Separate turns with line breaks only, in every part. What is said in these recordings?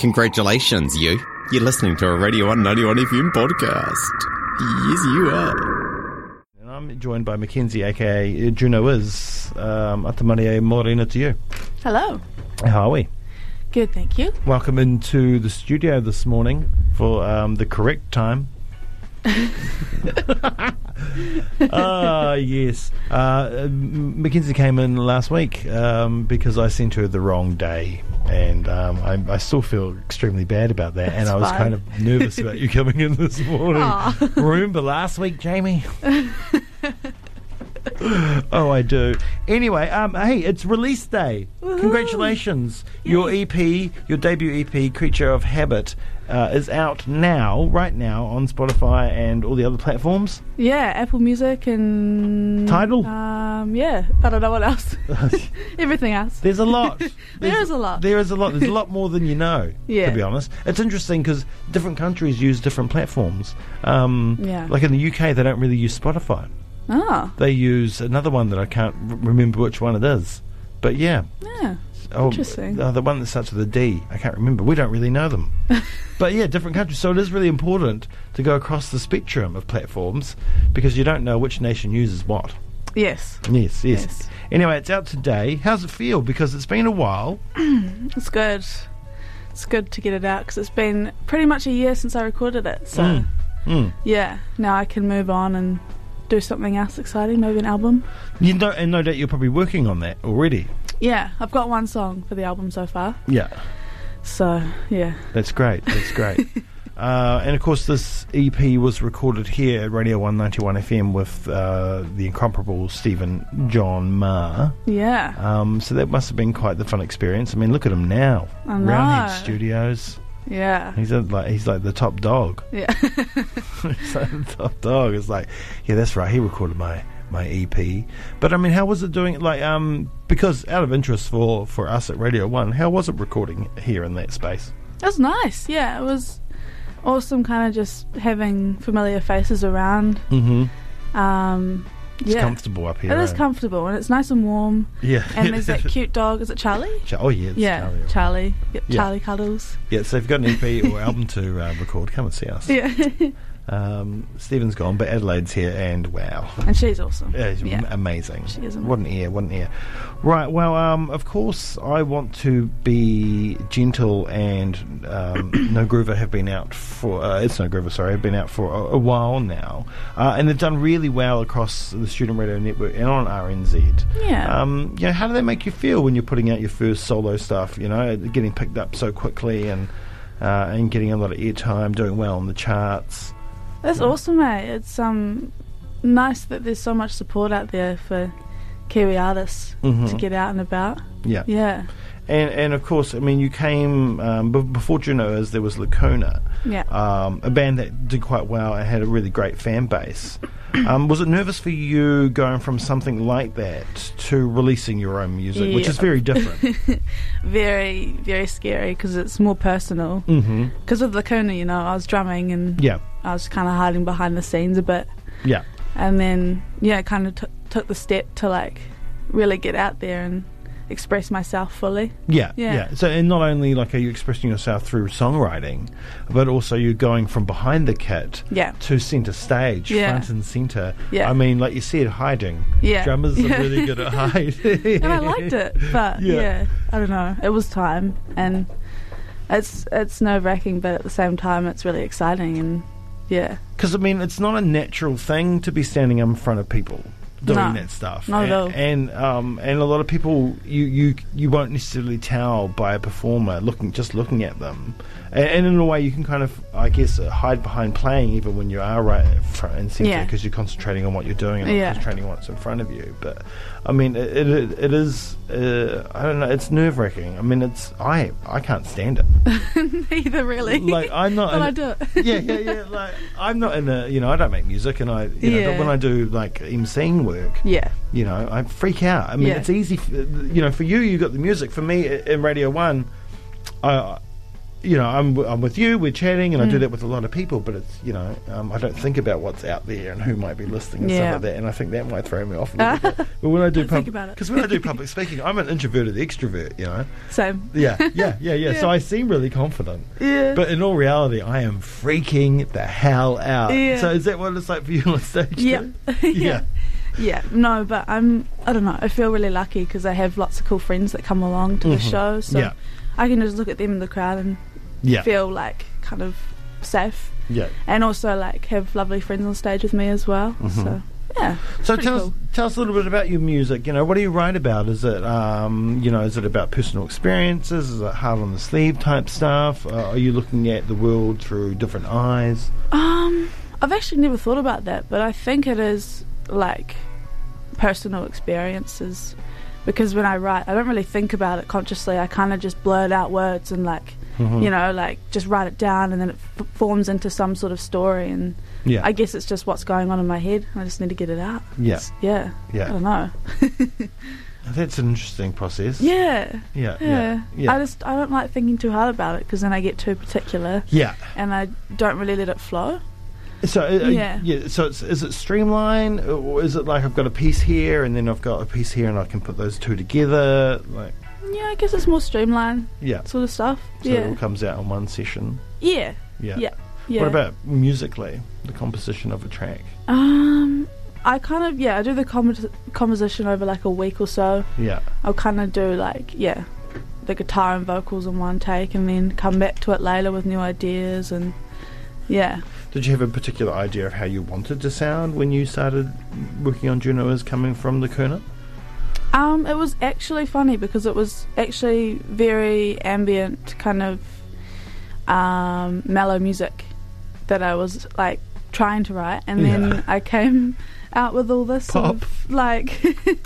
Congratulations, you. You're listening to a Radio 191 FM podcast. Yes, you are.
And I'm joined by Mackenzie, aka Juno Is. Um, Atamaria Morena to you.
Hello.
How are we?
Good, thank you.
Welcome into the studio this morning for um, the correct time. Ah, yes. Uh, M- Mackenzie came in last week um, because I sent her the wrong day. And um, I, I still feel extremely bad about that. and
That's
I was
fine.
kind of nervous about you coming in this morning.
Aw.
Remember last week, Jamie? oh, I do. Anyway, um, hey, it's release day. Congratulations. Your EP, your debut EP, Creature of Habit, uh, is out now, right now, on Spotify and all the other platforms.
Yeah, Apple Music and
Tidal?
Um, yeah, I don't know what else. Everything else.
There's a lot. There's,
is a lot.
There is a lot. There's a lot more than you know,
Yeah.
to be honest. It's interesting because different countries use different platforms. Um,
Yeah.
Like in the UK, they don't really use Spotify.
Oh,
They use another one that I can't r- remember which one it is. But yeah.
yeah.
Oh,
Interesting.
uh, the one that starts with a D. I can't remember. We don't really know them. but yeah, different countries. So it is really important to go across the spectrum of platforms because you don't know which nation uses what.
Yes,
Yes, yes.
Yes.
Anyway, it's out today. How's it feel? Because it's been a while.
it's good. It's good to get it out because it's been pretty much a year since I recorded it. So,
Mm. Mm.
yeah, now I can move on and do something else exciting, maybe an album.
You know, and no doubt you're probably working on that already.
Yeah, I've got one song for the album so far.
Yeah,
So, yeah.
that's great. That's great. uh, and of course, this EP was recorded here at Radio 191 FM with uh, the incomparable Stephen John Maher.
Yeah.
Um, so that must have been quite the fun experience. I mean, look at him now.
I know.
Roundhead Studios.
Yeah.
He's a, like he's like the top dog.
Yeah.
he's like the top dog. It's like, yeah, that's right. He recorded my my EP. But I mean, how was it doing? Like, um, because out of interest for for us at Radio One, how was it recording here in that space?
It was nice. Yeah, it was awesome. Kind of just having familiar faces around.
Mm-hmm.
Um,
It's
yeah,
comfortable up here.
it is
eh?
comfortable and it's nice and warm.
Yeah.
And there's that cute dog. Is it Charlie?
Ch- Oh yeah, it's
yeah,
Charlie.
Charlie. Yep,
Yeah.
Charlie cuddles.
Yeah, so if you've got an EP or album to uh, record, come and see us.
Yeah,
Um, Stephen's gone, but Adelaide's here, and wow,
and she's awesome.
Yeah, it's
yeah.
am- amazing.
She is
What an ear, what an ear. Right, well, um, of course, I want to be gentle, and um, No Groover have been out for, uh, it's No Groover, sorry, have been out for a, a while now. Uh, and they've done really well across the Student Radio Network and on RNZ.
Yeah.
Um, you know, how do they make you feel when you're putting out your first solo stuff, you know, getting picked up so quickly and, uh, and getting a lot of airtime, doing well on the charts?
That's awesome, eh? It's um nice that there's so much support out there for Kiwi artists
Mhm.
to get out and about.
Yeah.
Yeah,
And, and of course, I mean, you came um, b- before Juno's, there was Lacuna,
yeah.
um, a band that did quite well and had a really great fan base. Um, was it nervous for you going from something like that to releasing your own music, which
Yeah.
is very different?
very, very scary because it's more personal.
mm-hmm.
Because with Lacuna, you know, I was drumming and
Yeah,
I was kind of hiding behind the scenes a bit.
yeah.
and then yeah, kind of t- took the step to like really get out there and express myself fully.
Yeah, yeah,
Yeah.
So, and not only like are you expressing yourself through songwriting, but also you're going from behind the kit
Yeah,
to centre stage,
Yeah.
front and centre.
Yeah.
I mean, like you said, hiding.
Yeah.
Drummers
Yeah.
are really good at hiding.
and I liked it, but
Yeah.
yeah, I don't know, it was time, and it's it's nerve wracking, but at the same time, it's really exciting, and yeah,
Because I mean, it's not a natural thing to be standing in front of people doing
No,
that stuff.
not
and,
at all.
And um, and a lot of people you, you you won't necessarily tell by a performer looking just looking at them. And, and in a way, you can kind of I guess uh, hide behind playing even when you are right in front and center
Yeah.
because you're concentrating on what you're doing and not
Yeah.
concentrating on what's in front of you. But I mean, it it, it is uh, I don't know. It's nerve wracking. I mean, it's I I can't stand it.
neither really.
Like I'm not.
but
an-
I do it.
yeah, yeah, yeah. Like I'm not in a, you know, I don't make music, and I, you know, but
Yeah.
when I do like emceeing work,
yeah,
you know, I freak out. I mean,
Yeah.
it's easy, f- you know, for you, you got the music. For me, i- in Radio One, I, you know, I'm, w- I'm with you, we're chatting, and I
Mm.
do that with a lot of people, but it's, you know, um, I don't think about what's out there and who might be listening and stuff
Yeah.
like that, and I think that might throw me off a little bit. But when I do,
Think
pub-
about it.
'cause when I do public speaking, I'm an introverted extrovert, you know?
Same.
Yeah, yeah, yeah, yeah. So
Yeah.
I seem really confident.
Yeah.
But in all reality, I am freaking the hell out.
Yeah.
So is that what it's like for you on stage?
yeah.
too?
yeah. Yeah. No, but I'm. I don't know. I feel really lucky because I have lots of cool friends that come along to the
Mhm.
show, so
Yeah.
I can just look at them in the crowd and
Yeah.
feel like kind of safe,
Yeah.
and also like have lovely friends on stage with me as well. So yeah. it's
Mm-hmm. So
pretty
tell us,
cool.
tell us a little bit about your music. You know, what do you write about? Is it, um, you know, is it about personal experiences? Is it hard on the sleeve type stuff? Uh, are you looking at the world through different eyes?
Um, I've actually never thought about that, but I think it is like personal experiences because when I write, I don't really think about it consciously. I kind of just blurt out words and like,
Mm-hmm.
you know, like just write it down, and then it f- forms into some sort of story. And
Yeah.
I guess it's just what's going on in my head. I just need to get it out.
yeah.
It's- yeah. I
Yeah.
don't know.
That's an interesting process.
Yeah.
Yeah.
Yeah.
Yeah. Yeah.
I just I don't like thinking too hard about it because then I get too particular
yeah.
and I don't really let it flow.
So uh, uh, yeah.
Yeah.
So it's, is it streamline, or is it like I've got a piece here and then I've got a piece here and I can put those two together? Like
Yeah, I guess it's more streamlined
yeah. So
sort of stuff.
it all
yeah.
comes out in one session.
Yeah.
Yeah.
Yeah. Yeah.
What about musically, the composition of a track?
Um, I kind of yeah, I do the com- composition over like a week or so.
Yeah.
I'll kind of do like yeah, the guitar and vocals in one take, and then come back to it later with new ideas and yeah.
Did you have a particular idea of how you wanted to sound when you started working on Juno as coming from the Kuna?
Um, it was actually funny because it was actually very ambient kind of um, mellow music that I was like trying to write, and then
Yeah.
I came out with all this sort
Pop.
of like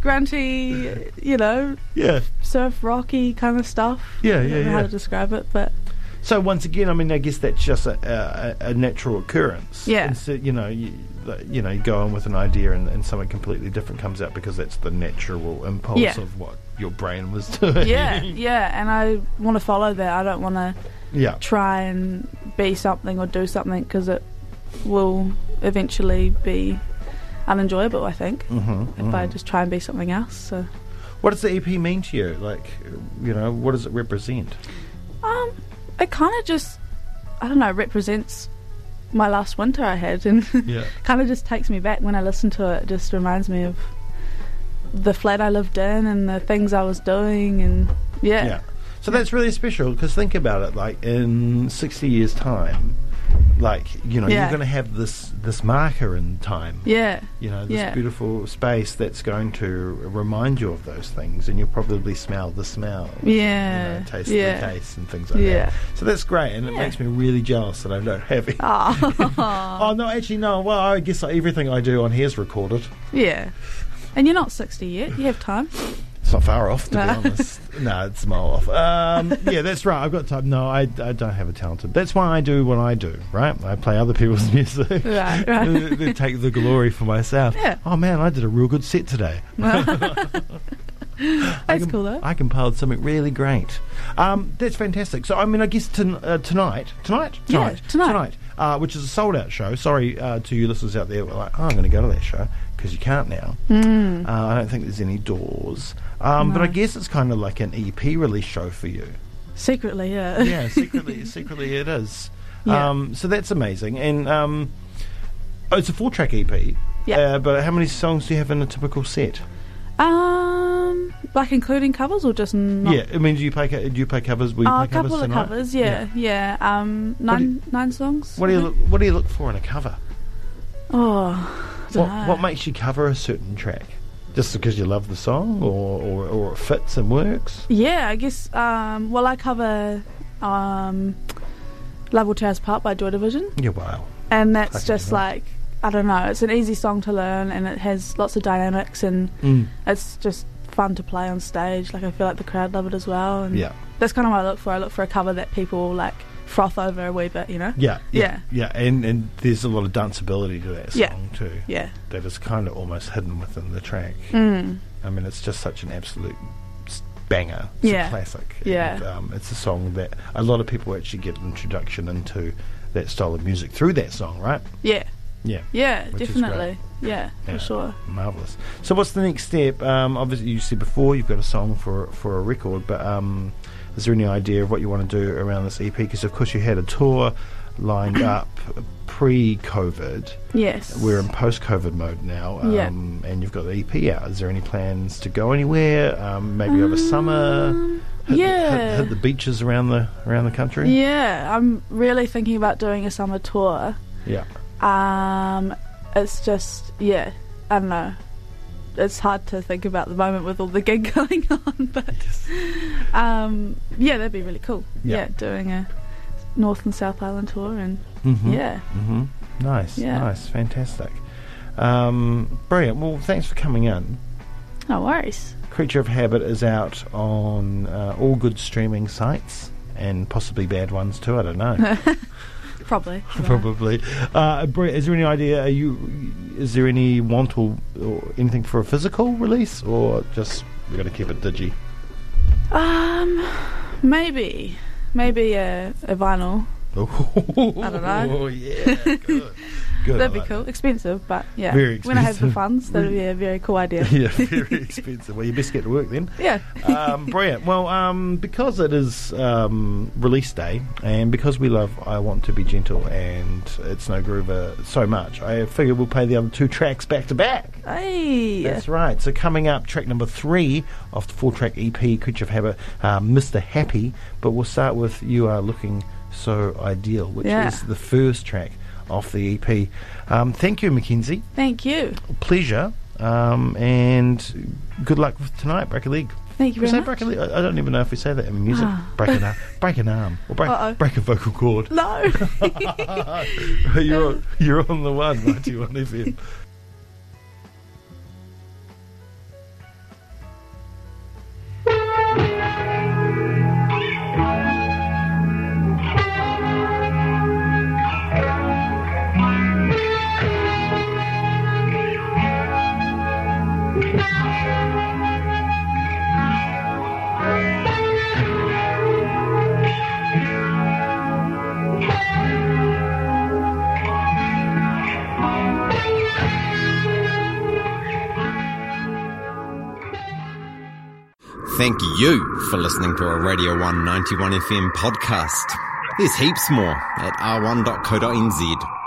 grunty, you know,
Yeah.
surf rocky kind of stuff.
Yeah,
I don't
yeah,
know how
yeah.
to describe it, but
So once again, I mean, I guess that's just a, a, a natural occurrence.
Yeah.
And so, you know, you, like, you know, you go on with an idea and, and something completely different comes out because that's the natural impulse
Yeah.
of what your brain was doing.
yeah, yeah. And I want to follow that. I don't want to
yeah.
try and be something or do something because it will eventually be unenjoyable. I think
Mm-hmm,
if I just try and be something else. So,
What does the EP mean to you? Like, you know, what does it represent?
um, it kind of just, I don't know, represents my last winter I had, and
Yeah.
kind of just takes me back when I listen to it. It just reminds me of the flat I lived in and the things I was doing, and yeah,
Yeah. So that's really special because think about it. Like in sixty years' time, like you know, you're
Yeah.
going to have this this marker in time.
yeah.
You know, this
Yeah.
beautiful space that's going to remind you of those things, and you'll probably smell the smell. You
Yeah,
know, taste
yeah.
the taste and things like
Yeah.
that. So that's great, and it
Yeah. Oh.
makes me really jealous that I don't have it.
Aw.
Oh no, actually no. Well, I guess everything I do on here is recorded.
yeah. And you're not 60 yet. You have time.
It's not far off, to
No.
be honest. no, it's a mile off. Um, yeah, that's right. I've got time. No, I, I don't have a talented. That's why I do what I do, right? I play other people's music.
Right, right.
And then take the glory for myself.
Yeah.
Oh, man, I did a real good set today. I
That's
can-
cool though.
I compiled something really great. Um, that's fantastic. So, I mean, I guess ton- uh, tonight, tonight,
Yeah,
tonight,
tonight.
uh, which is a sold out show. Sorry uh, to you listeners out there, who are like, oh, I'm going to go to that show because you can't now.
Hmm.
Uh, I don't think there's any doors. Um, But I guess it's kind of like an EP release show for you.
Secretly, yeah.
Yeah, secretly, secretly it is.
Yeah.
Um, so that's amazing. And um, oh, it's a four track EP.
Yeah.
Uh, but how many songs do you have in a typical set?
Um, like including covers or just not?
Yeah, I mean, do you play co- do you play covers? Will you
Oh,
play
a couple
covers
of
tonight?
covers. Yeah, Mm-hmm. yeah. Um,
do
nine nine songs.
What do you
I
look,
think.
what do you look for in a cover?
Oh, I
What,
don't know.
what makes you cover a certain track? Just because you love the song, or, or, or it fits and works?
Yeah, I guess. Um, well, I cover um, "Love Will Tear Us Apart" by Joy Division,
Yeah, wow.
and that's
Okay,
just
right.
like I don't know. It's an easy song to learn, and it has lots of dynamics, and
Mm.
it's just fun to play on stage. Like I feel like the crowd love it as well, and
Yeah,
that's kind of what I look for. I look for a cover that people like froth over a wee bit, you know?
yeah, yeah,
Yeah.
yeah. And and there's a lot of danceability to that song
Yeah.
too.
Yeah.
That is kind of almost hidden within the track.
Mm.
I mean, it's just such an absolute s- banger. It's
Yeah.
a classic.
Yeah.
And, um, it's a song that a lot of people actually get an introduction into that style of music through that song, right?
Yeah,
Yeah.
yeah,
Which is great.
definitely. Yeah,
Yeah.
for sure.
Marvelous. So, what's the next step? Um, obviously, you said before you've got a song for for a record, but um, is there any idea of what you want to do around this EP? Because of course you had a tour lined up pre-COVID.
Yes.
We're in post-COVID mode now, um,
Yeah.
and you've got the EP out. Is there any plans to go anywhere? Um, maybe over summer,
Um,
hit,
yeah.
hit, hit the beaches around the around the country.
Yeah, I'm really thinking about doing a summer tour.
Yeah.
Um, it's just yeah, I don't know. It's hard to think about the moment with all the gig going on, but um, yeah, that'd be really cool.
Yeah.
doing a North and South Island tour, and
Mhm.
yeah,
hmm Nice,
Yeah.
nice, fantastic. Um, brilliant. Well, thanks for coming in.
no worries.
Creature of Habit is out on uh, all good streaming sites and possibly bad ones too. I don't know.
Probably.
Probably. Uh, Brett, is there any idea? Are you? Is there any want or, or anything for a physical release, or just we're going to keep it digi?
Um, maybe, maybe a, a vinyl.
I
don't know.
Oh yeah, good. good.
that'd
I
be
like
cool, expensive, but yeah.
Very
When I have the
expensive.
funds, that'd be a very cool idea.
that. Yeah, very expensive. Well, you best get to work then.
yeah.
um, brilliant. Well, um, because it is um, release day, and because we love "I Want to Be Gentle" and "It's No Groover" so much, I figure we'll play the other two tracks back to back.
Hey.
That's right. So coming up, track number three of the E four-track EP, Creature of Habit, uh, "Mr. Happy." But we'll start with "You Are Looking So Ideal," which
Yeah.
is the first track off the EP. Um, thank you, Mackenzie.
Thank you.
Pleasure. Um, and good luck with tonight, break a leg.
Thank you
We
very
say
much.
break a, I I don't even know if we say that in music.
Ah.
Break an arm, break an arm, or break,
Uh-oh.
break a vocal cord.
No.
you're on, you're on the one, 91 FM.
Thank you for listening to a Radio 191 FM podcast. There's heaps more at r1.co.nz.